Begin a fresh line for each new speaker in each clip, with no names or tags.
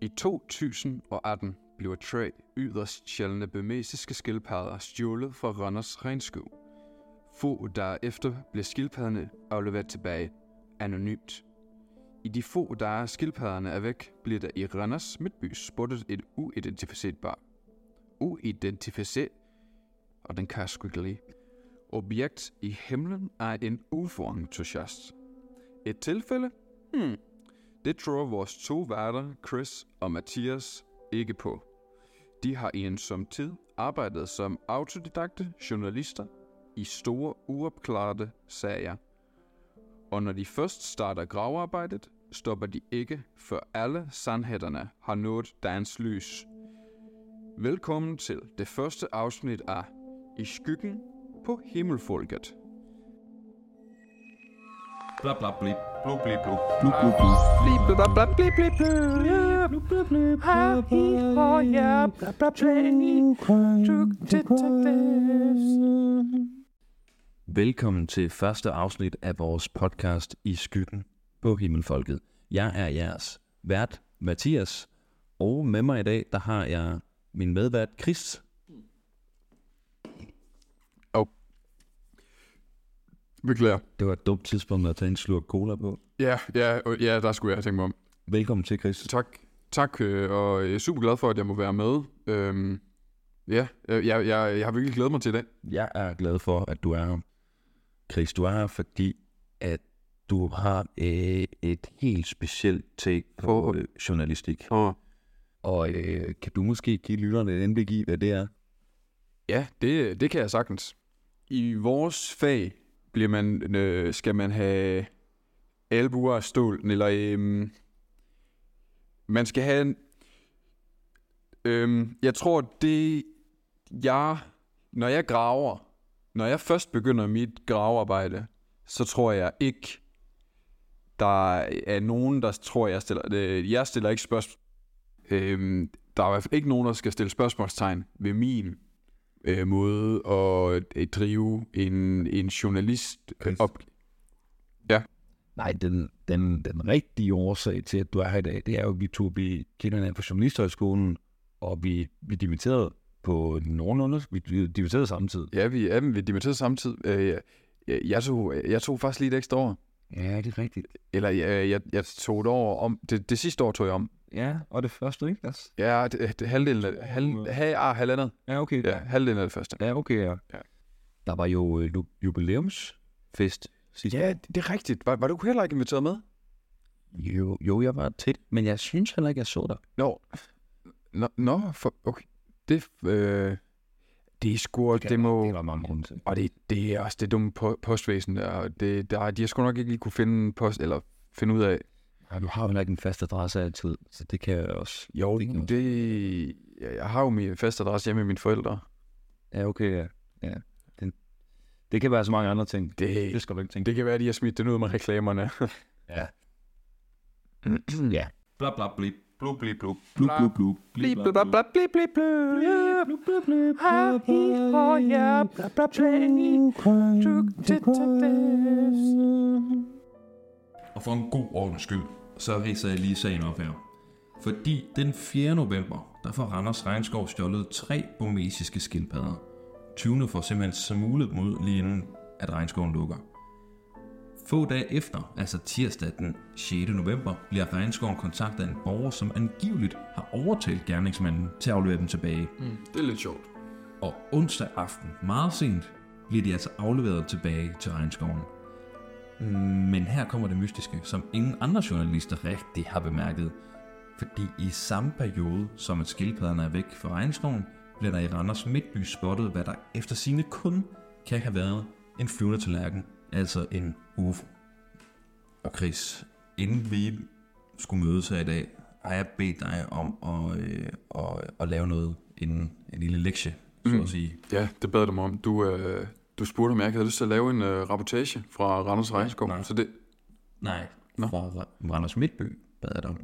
I 2018 bliver tre yderst sjældne bemesiske skildpadder stjålet fra Randers regnskov. Få dage efter bliver skildpadderne afleveret tilbage anonymt. I de få dage skildpadderne er væk, bliver der i Randers midtby spottet et uidentificeret barn. Uidentificeret, og den kan jeg sgu ikke lide. Objekt i himlen er en UFO-entusiast. Et tilfælde? Hmm. Det tror vores to værter, Chris og Mathias, ikke på. De har i en som tid arbejdet som autodidakte journalister i store uopklarede sager. Og når de først starter gravearbejdet, stopper de ikke, før alle sandhederne har nået dagens lys. Velkommen til det første afsnit af I skyggen på himmelfolket.
Bla bla blip. Blu blip blu.
Blu, blu, blu.
Blip, blip, blip, blip, blip, blip, blip.
Blu, blu, blu, blu, blu.
bla, bla,
True crime
True detectives.
Velkommen til første afsnit af vores podcast I skyggen på Himmelfolket. Jeg er jeres vært, Mathias, og med mig i dag, der har jeg min medvært, Chris.
Beklager.
Det var et dumt tidspunkt at tage en slurk cola på.
Ja, ja, og- ja, der skulle jeg have tænkt mig om.
Velkommen til, Chris.
Tak, tak øh, og jeg er super glad for, at jeg må være med. Øhm, ja, øh, jeg, jeg, jeg har virkelig glædet mig til i dag.
Jeg er glad for, at du er her. Chris, du er her, fordi at du har øh, et helt specielt take på øh, journalistik.
Og
Og øh, kan du måske give lytterne et indblik i, hvad det er?
ja, det, det kan jeg sagtens. I vores fag bliver man, øh, skal man have albuer af stål, eller øhm, man skal have en... Øhm, jeg tror, det jeg... Når jeg graver, når jeg først begynder mit gravearbejde, så tror jeg ikke, der er nogen, der tror, jeg stiller... Øh, jeg stiller ikke spørgsmål. Øhm, der er i hvert fald ikke nogen, der skal stille spørgsmålstegn ved min øh, måde at øh, drive en, en journalist øh, op.
Nej, den, den, den rigtige årsag til, at du er her i dag, det er jo, at vi to vi kender hinanden på Journalisthøjskolen, og vi, vi dimitterede på nogenlunde, vi, vi dimitterede samtidig.
Ja, vi er vi dimitteret samtidig. Øh, jeg, jeg, tog, jeg tog faktisk lige et ekstra år.
Ja, det er rigtigt.
Eller jeg, jeg, jeg tog et år om. Det, det sidste år tog jeg om.
Ja, og det første, ikke? Altså,
Ja, det, det halvdelen af halv, halv, ah, halvandet.
ja, okay.
Ja, halvdelen af det første.
ja okay, ja.
Ja.
Der var jo øh, lu- jubilæumsfest sidste
Ja, det er rigtigt. Var, var du heller ikke inviteret med?
Jo, jo, jeg var tæt, men jeg synes heller ikke, jeg så dig.
Nå. Nå, nå for, okay. Det, øh, det er sgu, det, det må...
Det var mange grund til.
Og det, det er også det dumme po- postvæsen, der, og det, der, de har sgu nok ikke lige kunne finde en post, eller finde ud af.
Ja, du har jo heller ikke en fast adresse altid, så det kan jeg også.
Jo,
det kan
det,
man-
det, jeg, jeg har jo min faste adresse hjemme med mine forældre.
Ja, okay, ja. ja. Den, det kan være så mange andre ting.
Det,
skal du ikke tænke.
det kan være, at de har smidt den ud med reklamerne.
Ja. ja.
Bla bla blip. Blu bli blu.
Blu, blu, blu.
Blip, blip, blip, blip, blip, blip, blip.
Blu, blu, blu, blu, blu. True crime detectives.
Og for en god ordens skyld, så ridser jeg lige sagen op her. Fordi den 4. november, der får Randers Regnskov stjålet tre bomesiske skildpadder. 20. får simpelthen smuglet dem ud lige inden, at regnskoven lukker. Få dage efter, altså tirsdag den 6. november, bliver regnskoven kontaktet af en borger, som angiveligt har overtalt gerningsmanden til at aflevere dem tilbage.
Det er lidt sjovt.
og onsdag aften meget sent bliver de altså afleveret tilbage til regnskoven. Men her kommer det mystiske, som ingen andre journalister rigtig har bemærket. Fordi i samme periode, som at skildpadderne er væk fra regnskoven, bliver der i Randers Midtby spottet, hvad der efter sine kun kan have været en flyvende tallerken, altså en UFO. Og Chris, inden vi skulle mødes her i dag, har jeg bedt dig om at, øh, at, at lave noget, en, en lille lektie, så at sige.
Ja, det bad du mig om. Du, øh, du spurgte, om jeg ikke havde lyst til at lave en øh, rapportage fra Randers Regnskov.
nej.
Så det,
Nej, Nå. fra Ra- Randers Midtby bad jeg dig om.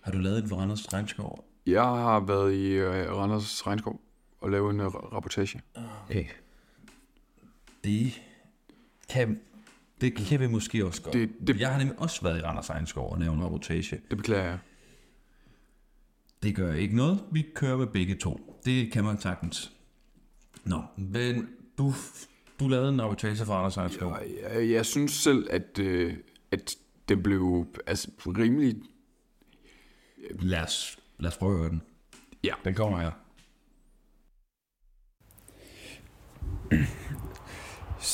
Har du lavet et fra Randers Regnskov?
jeg har været i øh, Randers Regnskov og lavet en øh, rapportage.
Okay.
Det kan, det kan vi måske også godt.
Det- det-
Jeg har nemlig også været i Randers Regnskov og lavet en reportage.
Det beklager jeg.
Det gør ikke noget. Vi kører med begge to. Det kan man sagtens. Nå, men du, du lavede en arbitrage for Anders Ejlskov.
Og jeg, jeg synes selv, at, øh, at den blev altså, rimelig...
Lad os, lad os prøve at høre den.
Ja,
Den kommer her.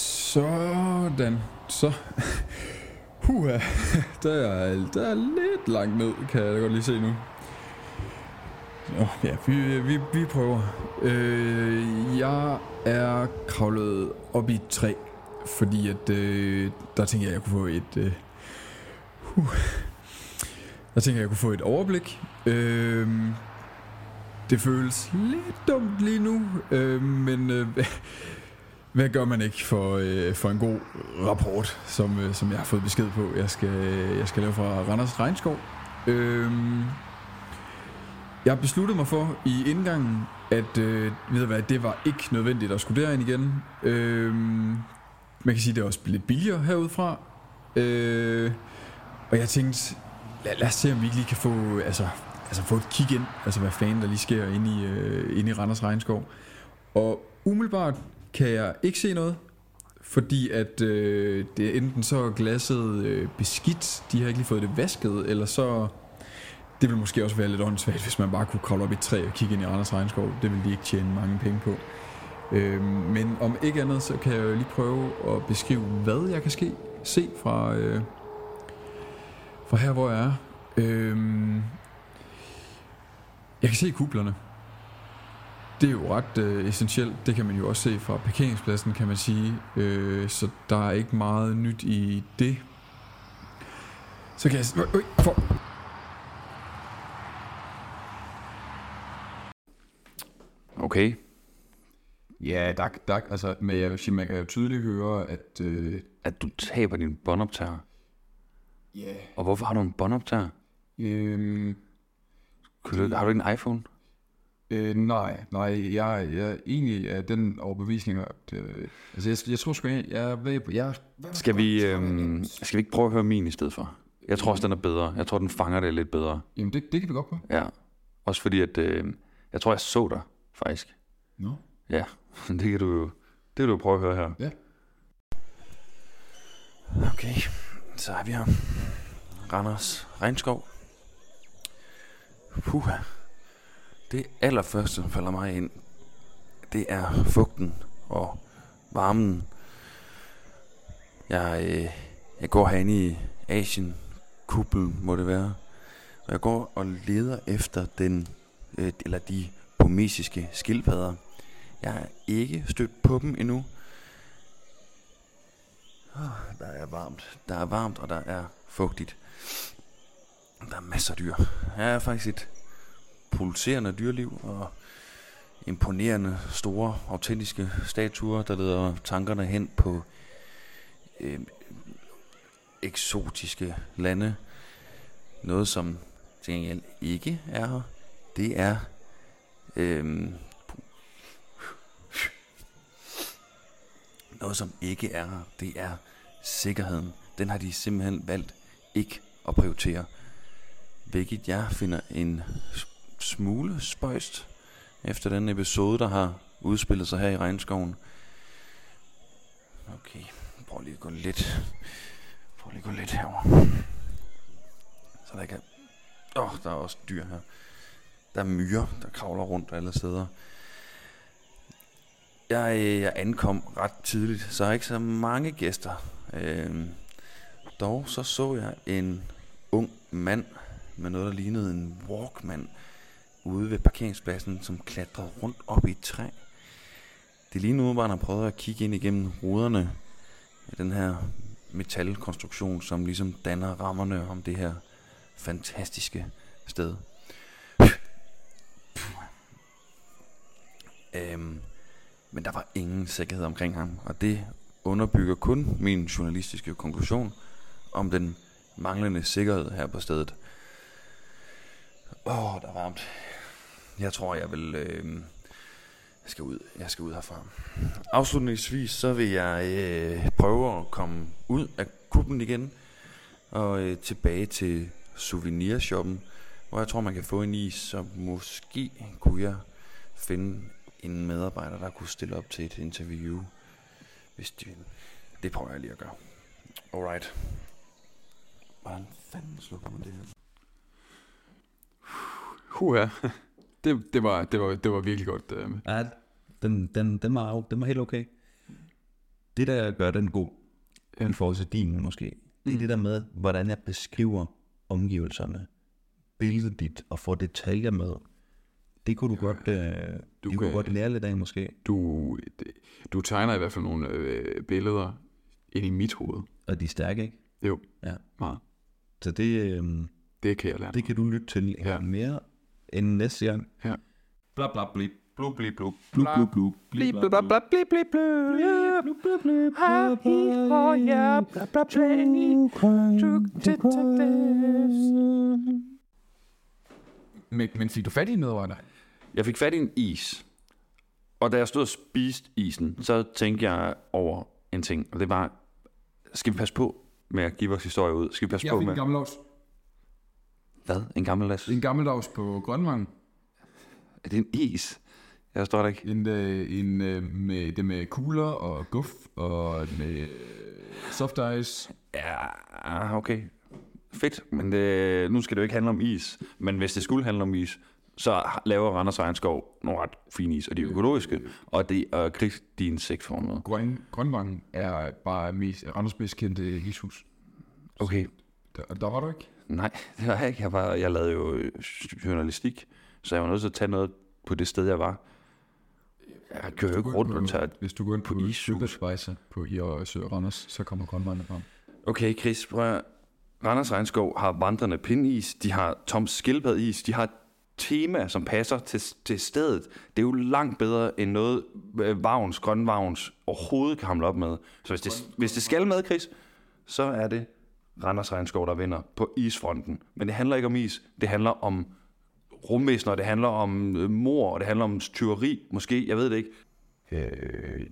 Sådan. Så. Huha. Der er, der er lidt langt ned, kan jeg da godt lige se nu. Nå, ja, vi, vi, vi prøver. Øh, jeg er kravlet op i et træ, fordi at, øh, der tænkte jeg, jeg kunne få et... Øh, huh. Der tænkte jeg, jeg kunne få et overblik. Øh, det føles lidt dumt lige nu, øh, men... Øh, Hvad gør man ikke for, øh, for en god rapport, som, øh, som jeg har fået besked på, jeg skal, jeg skal lave fra Randers Regnskov? Øhm, jeg har besluttet mig for i indgangen, at øh, ved I hvad, det var ikke nødvendigt at skulle derind igen. Øhm, man kan sige, at det er også lidt billigere herudfra. Øh, og jeg tænkte, lad, lad os se, om vi ikke lige kan få, altså, altså få et kig ind. Altså hvad fanden der lige sker inde i, øh, inde i Randers Regnskov. Og umiddelbart kan jeg ikke se noget, fordi at øh, det er enten så er glasset øh, beskidt, de har ikke lige fået det vasket, eller så... Det ville måske også være lidt åndssvagt, hvis man bare kunne kravle op i et træ og kigge ind i Anders Regnskov. Det ville de ikke tjene mange penge på. Øh, men om ikke andet, så kan jeg jo lige prøve at beskrive, hvad jeg kan ske, se fra, øh, fra her, hvor jeg er. Øh, jeg kan se kuplerne. Det er jo ret øh, essentielt. Det kan man jo også se fra parkeringspladsen, kan man sige. Øh, så der er ikke meget nyt i det. Så kan jeg... s- Øj, øj, for.
okay.
Ja, dak, dak. Altså, men jeg vil sige, man kan jo tydeligt høre, at... Øh,
At du taber din båndoptager.
yeah.
Og hvorfor har du en båndoptager?
øhm,
Kan du- Har du ikke en iPhone?
øh, nej, nej, jeg, jeg egentlig er den overbevisning, at... Øh, altså, jeg, jeg tror sgu, jeg, jeg er ved på... Jeg,
Skal vi, øhm, skal vi ikke prøve at høre min i stedet for? Jeg tror også, den er bedre. Jeg tror, den fanger det lidt bedre.
jamen, det, det kan vi godt på.
Ja. Også fordi, at øh, jeg tror, jeg så dig, faktisk.
Nå.
Ja, det kan du jo det kan du jo prøve at høre her.
Ja.
Okay, så er vi her. Randers Regnskov. Puha. Det allerførste, der falder mig ind, det er fugten og varmen. Jeg, øh, jeg går herinde i Asien, kuppel må det være. Og jeg går og leder efter den, øh, eller de pomesiske skildpadder. Jeg er ikke stødt på dem endnu. Åh, Der er varmt. Der er varmt, og der er fugtigt. Der er masser af dyr. Her er faktisk et pulserende dyreliv, og imponerende, store, autentiske statuer, der leder tankerne hen på øh, eksotiske lande. Noget, som til gengæld ikke er her, det er øh, Noget, som ikke er her, det er sikkerheden. Den har de simpelthen valgt ikke at prioritere. Hvilket jeg finder en s- smule spøjst efter den episode, der har udspillet sig her i regnskoven. Okay, prøv lige at gå lidt. Prøv lige at gå lidt herover. Så der ikke er... Åh, oh, der er også dyr her. Der er myrer, der kravler rundt alle steder. Jeg, øh, jeg ankom ret tidligt, så jeg har ikke så mange gæster. Øhm, dog så så jeg en ung mand med noget, der lignede en walkman ude ved parkeringspladsen, som klatrede rundt op i et træ. Det lige nu, han har prøvet at kigge ind igennem ruderne af den her metalkonstruktion, som ligesom danner rammerne om det her fantastiske sted. øhm, men der var ingen sikkerhed omkring ham, og det underbygger kun min journalistiske konklusion om den manglende sikkerhed her på stedet. Åh, der er varmt. Jeg tror, jeg vil... Øh, jeg skal ud. Jeg skal ud herfra. Afslutningsvis, så vil jeg øh, prøve at komme ud af kuppen igen og øh, tilbage til souvenirshoppen, hvor jeg tror, man kan få en i, så måske kunne jeg finde en medarbejder, der kunne stille op til et interview, hvis de vil. Det prøver jeg lige at gøre. Alright. Hvordan fanden slukker man det her?
Huha. Det, det, var, det, var, det var virkelig godt. Øh.
Ja, den, den, den, var, jo- den var helt okay. Det, der gør den god,
Ja.
i forhold til din måske, det er det der med, hvordan jeg beskriver omgivelserne, billedet dit, og får detaljer med. Det kunne du godt, øh, du
kan-
kunne godt lære lidt af måske.
Du, det- du tegner i hvert fald nogle øh, billeder ind i mit hoved.
Og de er stærke, ikke?
Jo,
Ja.
meget.
Så det, øh,
Det kan jeg lære.
det kan du lytte til en
Ja.
ja. mere end næste gang.
Ja.
Bla bla bli, blu bli blu.
Blub, blub, blub.
Blip, blip, blip, blip, blip, blip, blip, blip, blip, blip, Happy for jer, blip, blip, Training True Detectives.
Men, men fik du fat i en medarbejder?
Jeg fik fat i en is. Og da jeg stod og spiste isen, så tænkte jeg over en ting. Og det var, skal vi passe på med at give vores historie ud? Skal vi passe
Jeg
på
fik
med...
en gammeldags,
Hvad? En gammel las?
en gammeldags på Grønvang.
Er det en is? Jeg forstår det ikke.
En, øh, en øh, med, det med kugler og guf og med øh, soft ice.
Ja, ah, okay. Fedt, men det, nu skal det jo ikke handle om is. Men hvis det skulle handle om is, så laver Randers Regnskov nogle ret fine is, og de er økologiske, og det er Kristin sektformede.
Grøn, Grønvang er bare mest, Anders mest kendte ishus.
Okay,
Der, der var du ikke?
Nej, det var jeg ikke. Jeg, var, jeg lavede jo øh, journalistik, så jeg var nødt til at tage noget på det sted, jeg var. Jeg kører jo ikke rundt og tager...
Hvis du går ind på,
på
på
ishus.
Søbespejser på i og Sø Randers, så kommer Grønvangen frem.
Okay, Chris, prøv at... høre. Randers Regnskov har vandrende pindis, de har tom skildpaddeis, de har et tema, som passer til, til stedet. Det er jo langt bedre end noget øh, Vagns, Grønvagns overhovedet kan hamle op med. Så hvis det, hvis det skal med, Chris, så er det Randers Regnskov, der vinder på isfronten. Men det handler ikke om is, det handler om rumvæsener, det handler om øh, mor, og det handler om tyveri, måske, jeg ved det ikke.
Øh,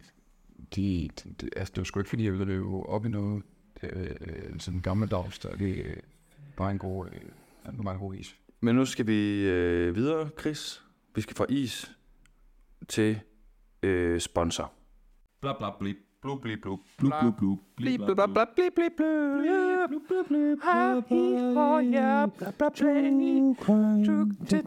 de, de, altså, det var sgu ikke, fordi jeg ville løbe op i noget øh, øh, sådan gammeldags, der det øh, bare en god, øh, en meget god is.
Men nu skal vi øh, videre, Chris. Vi skal fra is til øh, sponsor.
Bla bla bli, blu bli blu.
Blub, blub, blub.
Blip, blip, blip, blip, blip, blip, blip, blip, Happy for jer, blip, blip, Training True Detectives.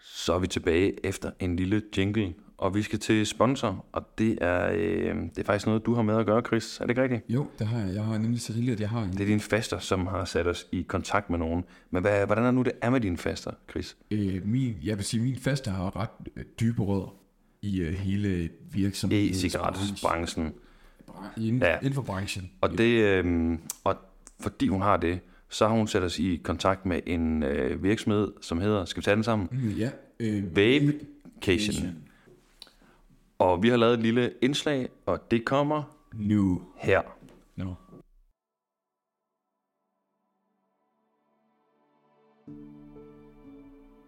Så er vi tilbage efter en lille jingle, og vi skal til sponsor, og det er, øh, det er faktisk noget, du har med at gøre, Chris. Er det ikke rigtigt?
Jo, det har jeg. Jeg har nemlig så rigeligt, at jeg har en.
Det er din faster, som har sat os i kontakt med nogen. Men hvad, hvordan er nu det er med din faster, Chris?
Øh, min, jeg vil sige, min faste har ret øh, dybe rødder i øh, hele virksomheden.
E-cigaretbranchen.
Inden,
Ja.
ja. inden for branchen.
Og, det, øh, og fordi hun har det, så har hun sat os i kontakt med en øh, virksomhed, som hedder, skal vi tage den sammen?
Mm, Ja, øh,
Vapecation. Og vi har lavet et lille indslag, og det kommer
nu.
her.
No.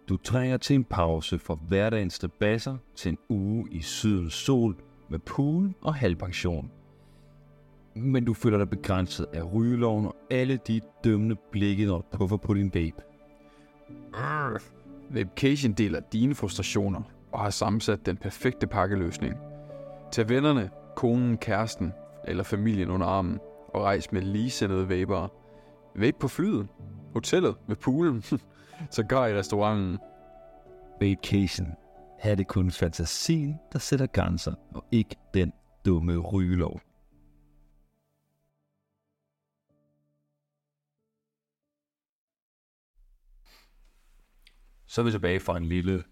Du trænger til en pause fra hverdagens debasser til en uge i sydens sol med pool og halvpension. Men du føler dig begrænset af rygeloven og alle de dømmende blikke, når du puffer på din vape.
Vacation deler dine frustrationer og har sammensat den perfekte pakkeløsning. Tag vennerne, konen, kæresten eller familien under armen og rejs med ligesindede vabere. Vape på flyet, hotellet, ved poolen, sågar i restauranten.
Vacation. Her er det kun fantasien, der sætter grænser, og ikke den dumme rygelov.
Så er vi tilbage fra en lille,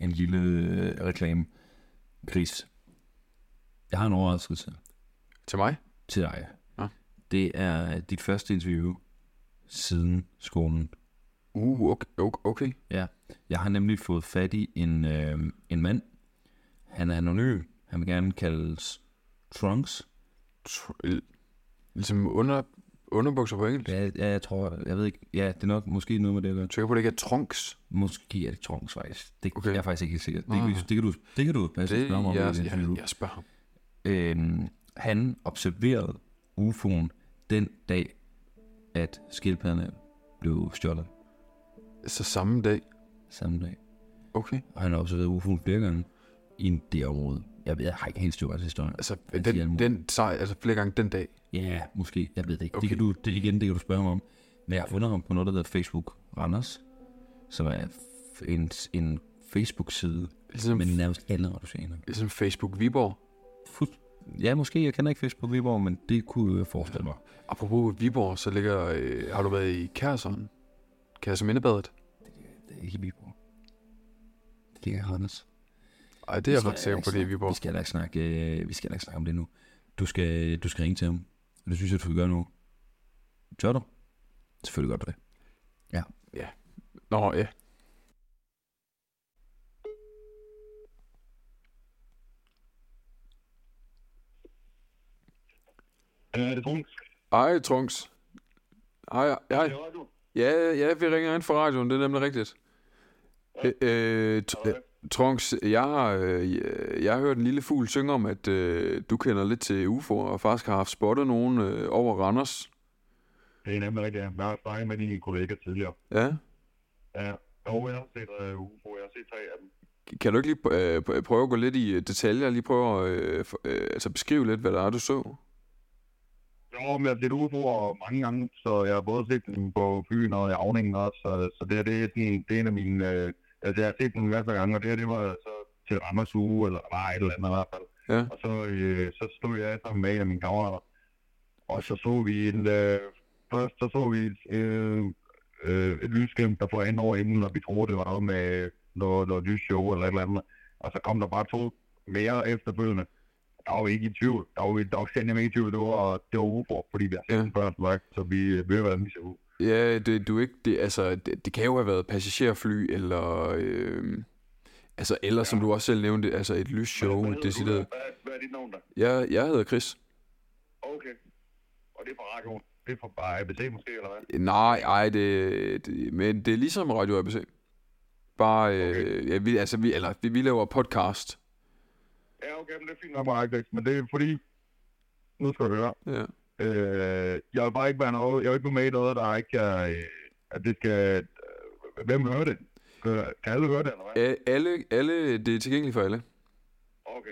en lille øh, reklame. Chris, jeg har en overraskelse.
Til mig?
til dig.
Ja.
Det er dit første interview siden skolen.
Uh, okay. ok- okay.
Ja. Jeg har nemlig fået fat i en, øh, en mand. Han er anonym. Han vil gerne kaldes Trunks.
Tr- l- ligesom under, underbukser på engelsk. Ja.
Ja, ja, jeg tror, jeg ved ikke, ja, det er nok måske noget med det at gøre.
Tjekker på, at det ikke er trunks.
Måske er det Trunks faktisk. Det
Okay.
okay. jeg er faktisk ikke helt sikker. Det, kan vi- det, kan du, det kan du passe
Det,
spørge mig om. i
jeg,
et interview.
jeg, jeg spørger ham.
øhm, han observerede UFO'en den dag, at skildpadderne blev stjålet
Så samme dag.
samme dag.
Okay.
Og han har observeret UFO'en flere gange i det område. Jeg, ved, jeg har ikke helt styr på deres historie.
Altså,
Han siger
den,
almor.
den sej, altså flere gange den dag.
Ja, yeah, måske. Jeg ved det ikke. Okay.
Okay.
Det kan du, det, igen, det kan du spørge mig om. Men jeg har fundet ham på noget, der hedder Facebook Randers, som er f- en, en Facebook-side,
Ligesom,
men nærmest alle reduceringer.
ligesom Facebook Viborg.
Fuld- Ja, måske. Jeg kender ikke Facebook Viborg, men det kunne jeg forestille mig.
Apropos Viborg, så ligger, øh, har du været i Kærseren? Kærsermindebadet?
Det er ikke i Viborg. Det ligger i Randers.
Ej, det er jeg
skal
ret sikker
ikke
på, det er i
snakke- Vi
Viborg.
skal heller ikke snakke, øh, vi skal heller ikke snakke om det nu. Du skal, du skal ringe til ham. Og det synes jeg, du skal gøre nu. Tør du? Selvfølgelig gør du det.
Nå, ja.
Er det Bruns?
Ej, Trunks. Hej, hej.
Ja, du.
Ja, ja, vi ringer ind fra radioen, det er nemlig rigtigt. Øh, øh, tr- øh, Trunks, jeg, øh, jeg- jeg har hørt en lille fugl synge om, at øh, du kender lidt til UFO'er, og faktisk har haft spottet nogen øh, over Randers.
Det er nemlig rigtigt, ja. Jeg har snakket med dine kollegaer tidligere.
Ja.
Ja, og jeg har set uh, UFO, jeg har set tre af dem.
Kan du ikke lige øh, pr- prøve at gå lidt i øh, detaljer, lige prøve at øh, for, øh, altså beskrive lidt, hvad der er, du så?
Jo, men jeg har set UFO'er mange gange, så jeg har både set dem på Fyn og i Avningen også, så, så det, her, det, er sådan, det er en af mine... Øh, altså, jeg har set dem i hvert fald gange, og det her, det var så til Randers uge, eller bare et eller andet i hvert fald.
Ja.
Og så, øh, så stod jeg sammen med en af mine kammerater, og så så vi en... Øh, først så så vi et, øh, øh, et lysglimt, der fløj ind over himlen, og vi troede, det var noget med noget, noget lysshow eller et eller andet. Og så kom der bare to mere efterfølgende der var vi ikke i tvivl. Der var vi der var slet ikke i tvivl. Det var, det var Uborg, fordi vi har
Ja.
set den før, som sagt, så vi øh, ved, hvad vi ser ud.
Ja, det, du er ikke, det, altså, det, det kan jo have været passagerfly, eller, øh, altså, eller ja. som du også selv nævnte, altså et lysshow, decideret.
Hvad, hvad er dit navn der?
Jeg, jeg hedder Chris.
Okay. Og det er fra radioen. Det er fra bare ABC måske, eller hvad?
Nej, ej, det, det, men det er ligesom Radio ABC. Bare, øh, ja, vi, altså, vi, eller, vi, vi laver podcast.
Ja, okay, men det er fint nok, Mark, men det er fordi... Nu skal du høre.
Ja.
Øh, jeg vil bare ikke være noget, jeg vil ikke være med i noget, der ikke er, øh, at det skal, øh, hvem hører det? Øh, Kan alle høre det, eller hvad?
A- Alle, alle, det er tilgængeligt for alle.
Okay.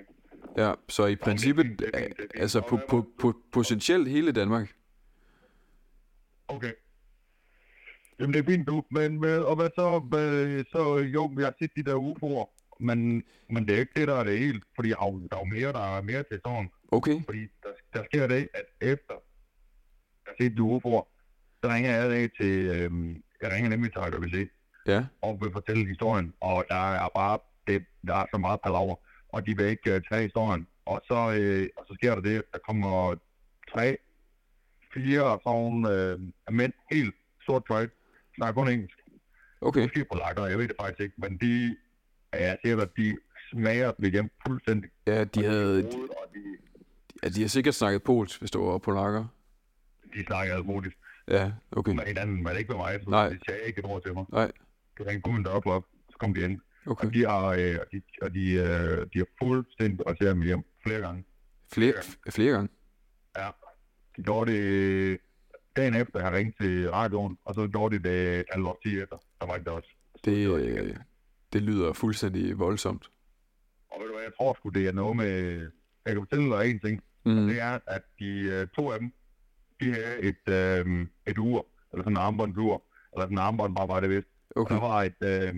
Ja, så i princippet,
fint, det er fint, det er fint.
altså
Og
på,
hvad var
på,
det,
på, potentielt hele Danmark.
Okay. Jamen, det er fint nu, men hvad- og hvad så, hvad, så jo, jeg har set de der UFO'er, men, men det er ikke det, der er det helt, fordi der er jo- der er jo mere, der er mere til sådan,
Okay,
fordi der, der sker det, at efter jeg har set de UFO'er, så ringer jeg af til, øhm, jeg ringer nemlig til Radio ABC,
ja.
og vil fortælle historien, og der er bare, det, der er så meget palaver, og de vil ikke uh, tage historien. Og så, øh, og så sker der det, der kommer tre, fire sådan øh, mænd, helt sort tøj, snakker kun engelsk,
Okay,
måske polakker, jeg ved det faktisk ikke, men de, ja, jeg ser, at de smager dem hjem fuldstændig.
ja, de havde,
Hovedet, og de,
ja, de har sikkert snakket polsk, hvis du var polakker.
de snakker alvorligt
Ja, okay,
med hinanden, men ikke med mig, så
Nej.
de sagde ikke et ord til mig.
Nej.
Det ringte kun deroppe op, så kom de ind.
okay.
Og de har, øh, og de, og de, øh, de har fuldstændig raseret mig hjem flere gange.
Flere, f- flere gange?
Ja. De gjorde det øh, dagen efter, jeg ringte til radioen, og så gjorde de det et halvt års tid efter. Der var ikke det også.
Det, øh, det lyder fuldstændig voldsomt.
Og ved du hvad, jeg tror sgu, det er noget med... Jeg kan fortælle dig en ting.
Mm.
Det er, at de øh, to af dem, de havde et, øh, et ur, eller sådan en armbåndsur, eller sådan en armbånd, bare var det vist. Og
Okay,
Der var et, øh,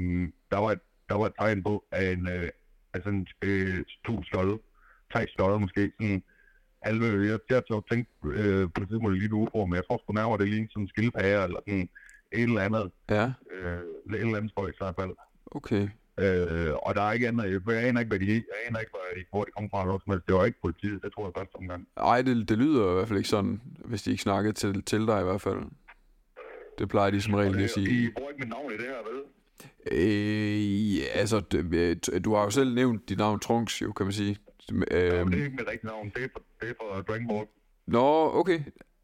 der var et, der var et tegn på af en, øh, altså en, øh, to stolde, tre stolde måske, sådan halve ører. Jeg så tænkte øh, på det tidspunkt lidt ufro, men jeg tror sgu nærmere, det lignede sådan en skildpadde eller sådan et eller andet,
ja,
øh, et eller andet spøjs i hvert fald.
okay.
Øh, og der er ikke andet, jeg aner ikke, hvad de, jeg aner ikke, hvor de- hvor de kom fra, eller noget som helst. det var ikke politiet, det tror jeg først omgang.
Ej, det, det lyder i hvert fald ikke sådan, hvis de ikke snakkede til, til dig i hvert fald. Det plejer de som regel lige at sige.
I bruger ikke mit navn i det her, vel?
Øh, ja, altså, d- øh, t- du har jo selv nævnt dit navn Trunks, jo, kan man sige.
Øhm. Det er
Øh,
ikke mit rigtige navn, det er for, det er for Dragon Ball.
nå, okay.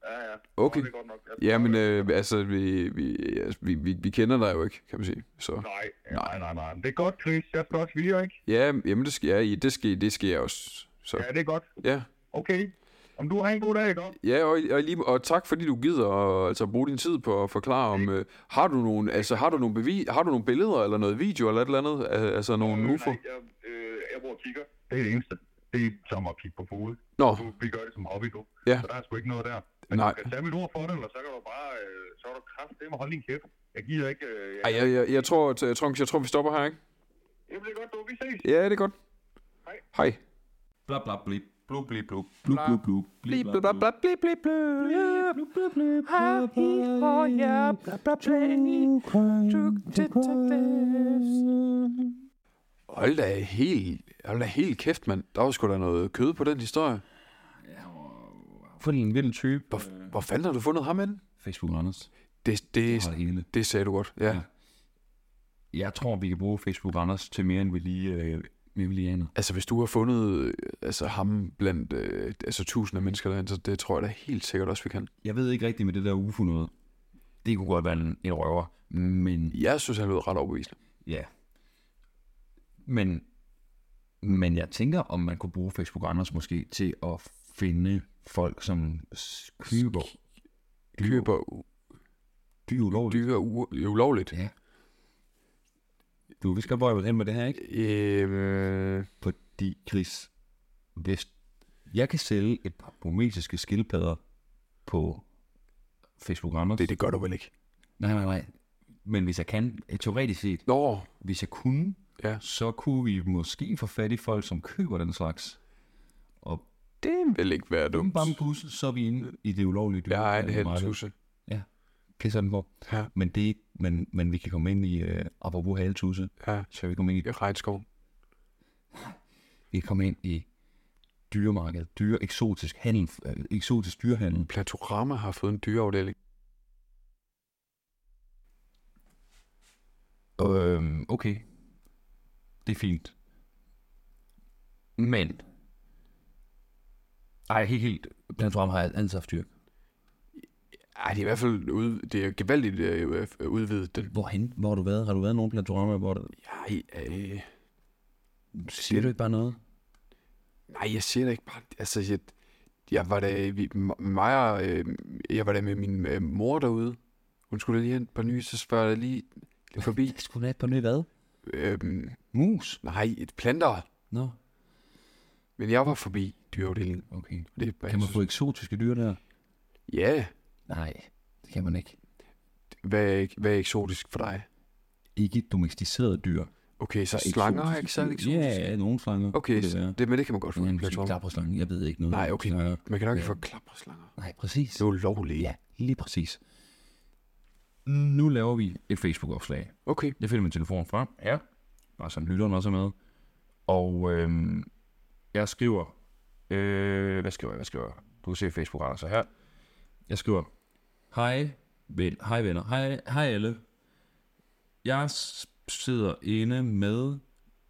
Ja, ja.
Okay.
Nå, det er godt nok. Jeg-
Jamen, øh, altså, vi, vi, altså, vi, vi, vi kender dig jo ikke, kan man sige. Så,
Nej, nej, nej, nej. Det er godt, Chris. Jeg skal også videre, ikke?
ja, jamen, det sker, ja, det sker, det sker også. Så,
Ja, det er godt.
ja,
Okay. Om du har en god dag, ikke? også?
Ja, og, og, lige, og tak fordi du gider at altså, bruge din tid på at forklare om, øh, har du nogle, altså, har du nogle, bevis, har du nogle billeder eller noget video eller et eller andet, Al- altså nogle UFO?
Nej, jeg, øh, jeg bor og kigger. Det er det eneste. Det er som at kigge på fugle.
Nå,
Du- Vi gør det som hobby, du.
Ja.
Så der er sgu ikke noget der.
Nej.
Men Nej. du kan tage mit ord for det, eller så kan du bare... Øh, så er du kraft. Det med holde din kæft. Jeg gider ikke... Øh, jeg...
Ej, jeg, jeg, jeg, tror, at, jeg, tror, jeg tror, vi stopper her, ikke?
Jamen, det er godt, du. Vi ses.
Ja, det er godt.
Hej.
Hej.
Bla bla blip. Blub blip blub. Blub blub blub.
Blip, blip, blip, blip, blip, blip, blip.
Happy for jer, bla bla bla. Tuk, tuk, tuk, tuk.
Hold da helt, hold da helt kæft, mand. Der var sgu da noget kød på den historie.
For en vild type.
Hvor, hvor fanden har du fundet ham henne?
Facebook Anders.
Det, det,
Hold hele.
det sagde du godt, ja.
Ja. Jeg tror, vi kan bruge Facebook Anders til mere, end vi lige, øh, vi lige aner.
Altså, hvis du har fundet øh, altså, ham blandt øh, altså, tusinder af mennesker derhen, så det tror jeg da helt sikkert også, vi kan.
Jeg ved ikke rigtigt med det der UFO noget. Det kunne godt være en, en røver, men
Jeg synes, han lød ret overbevisende.
ja. Men, men jeg tænker, om man kunne bruge Facebook Anders måske til at finde folk, som s- køber
Køber u-
dyr ulovligt.
dyre u- ulovligt.
Ja.
Du, vi skal bare ind med det her, ikke?
Øhm,
Fordi, Chris, hvis jeg kan sælge et par burmesiske skildpadder på Facebook Anders...
det, det gør du vel ikke?
Nej, nej, nej. Men hvis jeg kan, eh, teoretisk set,
Nå,
hvis jeg kunne,
Ja.
så kunne vi måske få fat i folk, som køber den slags.
det vil ikke være dumt.
Bum, bam, bus, så er vi inde i det ulovlige dyr.
Jeg har en
øh,
helt
marked.
tusse.
Det er sådan, hvor.
Ja.
Men, det er ikke, men, men vi kan komme ind i, øh, apropos haltusse,
Ja.
så vi kommer ind i,
Regnskov.
vi kommer ind i dyremarkedet, dyre, eksotisk handel, øh, eksotisk
Mm.
dyrehandel.
Platorama har fået en dyreafdeling.
Øhm, okay. Det er fint. Men. Ej, helt, helt. Plantorama har altid haft dyr.
Ej, det er i hvert fald ud, det er gevaldigt øh, øh, udvidet. Den.
Hvorhen? Hvor har du været? Har du været i nogen plantorama, hvor du...
Ej, øh,
Siger du ikke bare noget?
nej, jeg siger da ikke bare... Altså, jeg, jeg var da... Vi, m- mig og, øh, jeg var da med min øh, mor derude. Hun skulle da lige hen på ny, så spørger jeg lige forbi.
Jeg skulle have på ny hvad?
øhm,
Mus?
nej, et planter.
Nå,
Men jeg var forbi dyreafdelingen.
okay.
Det, er bare-
Kan man få eksotiske dyr der?
Ja,
Nej, det kan man ikke.
hvad, er- hvad er eksotisk for dig?
Ikke domesticerede dyr.
Okay, så slanger er ikke særlig eksotisk.
Ja, ja, nogle slanger.
Okay,
det
det, det, men det kan man godt få.
er
Ja,
en måske
platform.
klapper slange. Jeg ved ikke noget.
Nej, okay.
om slanger.
Man kan nok ikke
Ja.
få klapperslanger.
Nej, præcis.
Det er ulovligt.
Ja, lige præcis. Nu laver vi et Facebook-opslag.
Okay.
Jeg finder min telefon frem. Ja. Bare sådan lytteren også er med. Og øhm, jeg skriver... Øh, hvad skriver jeg? Hvad skriver jeg? Du kan se facebook så her. Jeg skriver... Hej, ven, hej venner. Hej, hej alle. Jeg s- sidder inde med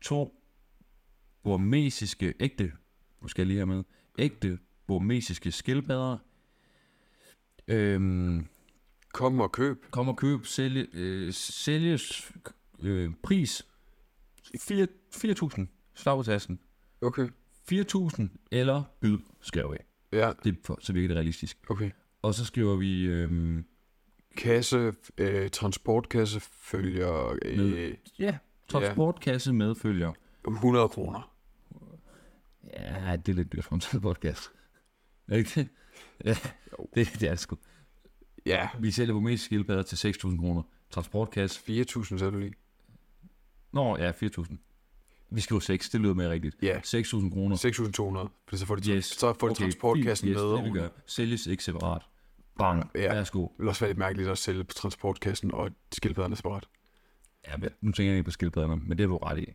to burmesiske ægte... Nu skal jeg lige have med. Ægte burmesiske skildpadder. Øhm,
Kom og køb.
Kom og køb, sælge, øh, sælges øh, pris Fire- 4.000. Slag på tasken.
Okay.
4.000 eller byd, skriver vi.
Ja,
Det, er for, så virker det realistisk.
okay.
Og så skriver vi øh,
Kasse, øh, transportkasse følger øh,
Med- ja, transportkasse medfølger.
100 kroner.
Ja, det er lidt dyrt for en podcast. Er det ikke det? Ja, det, det er det sgu.
Ja,
Vi sælger på mest skildpadder til 6.000 kroner. Transportkasse.
4.000 sagde du lige.
Nå, ja, 4.000. Vi skriver 6, det lyder mere rigtigt.
Ja.
6.000 kroner.
6.200, for så får de,
Yes.
så får de transportkassen
fint.
med.
Yes, det vi gør. Sælges ikke separat. Bang.
Ja.
Ja. Værsgo.
Det vil også være lidt mærkeligt at sælge på transportkassen og skildpadderne separat.
Ja, men nu tænker jeg ikke på skildpadderne, men det er du ret i.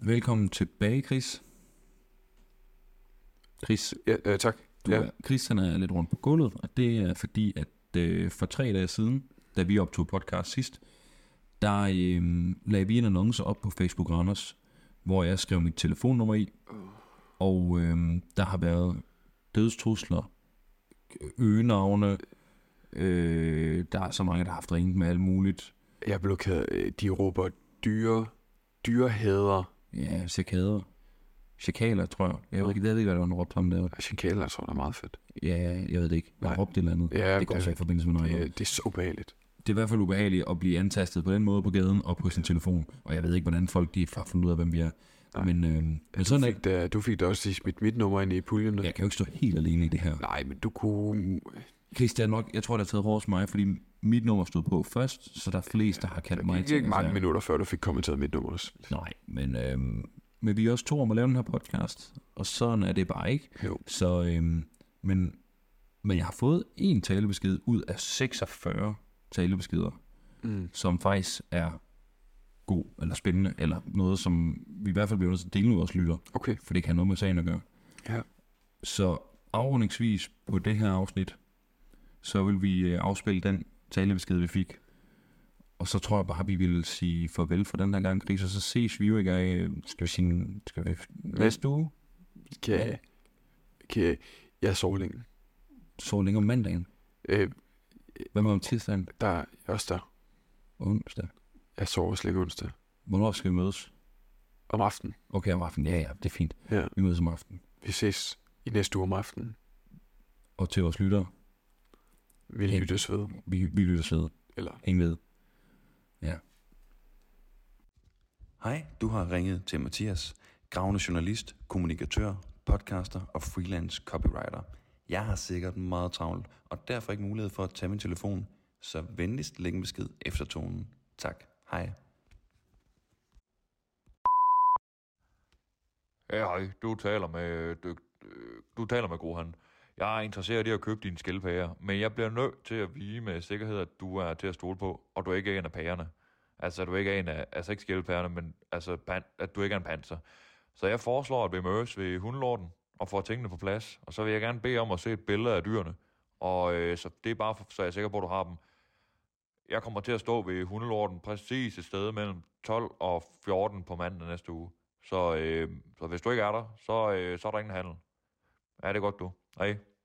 Velkommen tilbage, Chris. Chris,
Ja, øh, tak.
Du,
Ja.
ja. Chris han er lidt rundt på gulvet, og det er fordi, at øh, for tre dage siden, da vi optog podcast sidst, der øh, lagde vi en annonce op på Facebook Randers, hvor jeg skrev mit telefonnummer i, og øh, der har været dødstrusler, øgenavne, Øh, der er så mange, der har haft ringet med alt muligt.
Jeg blev ked. De råber dyre, dyreheder.
Ja, cikader. Chakaler, tror jeg. Jeg ved ikke, jeg ved ikke hvad der var råbt om der.
Chikaler, jeg tror, der er meget fedt.
Ja, jeg ved det ikke. Jeg
Nej.
råbte et eller andet.
Ja,
det går
det-
så i forbindelse med noget.
Det,
andet.
det er så ubehageligt.
det er i hvert fald ubehageligt at blive antastet på den måde på gaden og på sin telefon. Og jeg ved ikke, hvordan folk de har fundet ud af, hvem vi er.
Nej.
Men, øh, men sådan er
Fik da, du fik da også lige smidt mit nummer ind i puljen.
Jeg kan jo ikke stå helt alene i det her.
Nej, men du kunne...
Christian nok, jeg tror, det har taget hårdest mig, fordi mit nummer stod på først, så der er flest, der har kaldt
Det
mig
gik ikke
ting og
mange
sager.
minutter, før du fik kommenteret mit nummer også.
Nej, men, øhm, men vi er også to om at lave den her podcast, og sådan er det bare ikke.
Jo.
Så, øhm, men, men jeg har fået en talebesked ud af 46 talebeskeder, mm. som faktisk er god eller spændende, eller noget, som vi i hvert fald bliver nødt til at dele med vores lytter,
Okay.
for det kan have noget med sagen at gøre.
Ja.
Så afrundingsvis på det her afsnit, så vil vi øh, afspille den talebesked, vi fik og så tror jeg bare, vi vil sige farvel for den her gang, Chris, og så ses vi jo ikke af, øh, skal vi sige, skal vi, næste uge?
Kan, kan, jeg sover længe.
Så længe om mandagen.
Øh,
Hvad med om tirsdagen
der er også der.
og onsdag?
Jeg sover slet ikke onsdag.
Hvornår skal vi mødes?
Om aftenen.
Okay, om aftenen. Ja, ja, det er fint.
Ja.
Vi mødes om aftenen.
Vi ses i næste uge om aftenen.
Og til vores lyttere,
Vi
Ja.
lyttes ved.
vi, vi lytter sidde.
Eller
Hæng ved.
Hej, du har ringet til Mathias, gravende journalist, kommunikatør, podcaster og freelance copywriter. Jeg har sikkert meget travlt, og derfor ikke mulighed for at tage min telefon, så venligst læg en besked efter tonen. Tak. Hej.
Ja, hej. Du taler med, du, du taler med Grohan. Jeg er interesseret i at købe dine skildpadder, men jeg bliver nødt til at vige med sikkerhed, at du er til at stole på, og du ikke er en af pærerne. Altså, du ikke er en af, altså ikke skildpadderne, men altså, pan, at du ikke er en panser. Så jeg foreslår, at vi mødes ved hundelorten og får tingene på plads, og så vil jeg gerne bede om at se et billede af dyrene. Og øh, så det er bare, for, så jeg er sikker på, at du har dem. Jeg kommer til at stå ved hundelorten præcis et sted mellem 12 og 14 på mandag næste uge. Så, øh, så hvis du ikke er der, så, øh, så er der ingen handel. Ja, det er godt, du. Hej.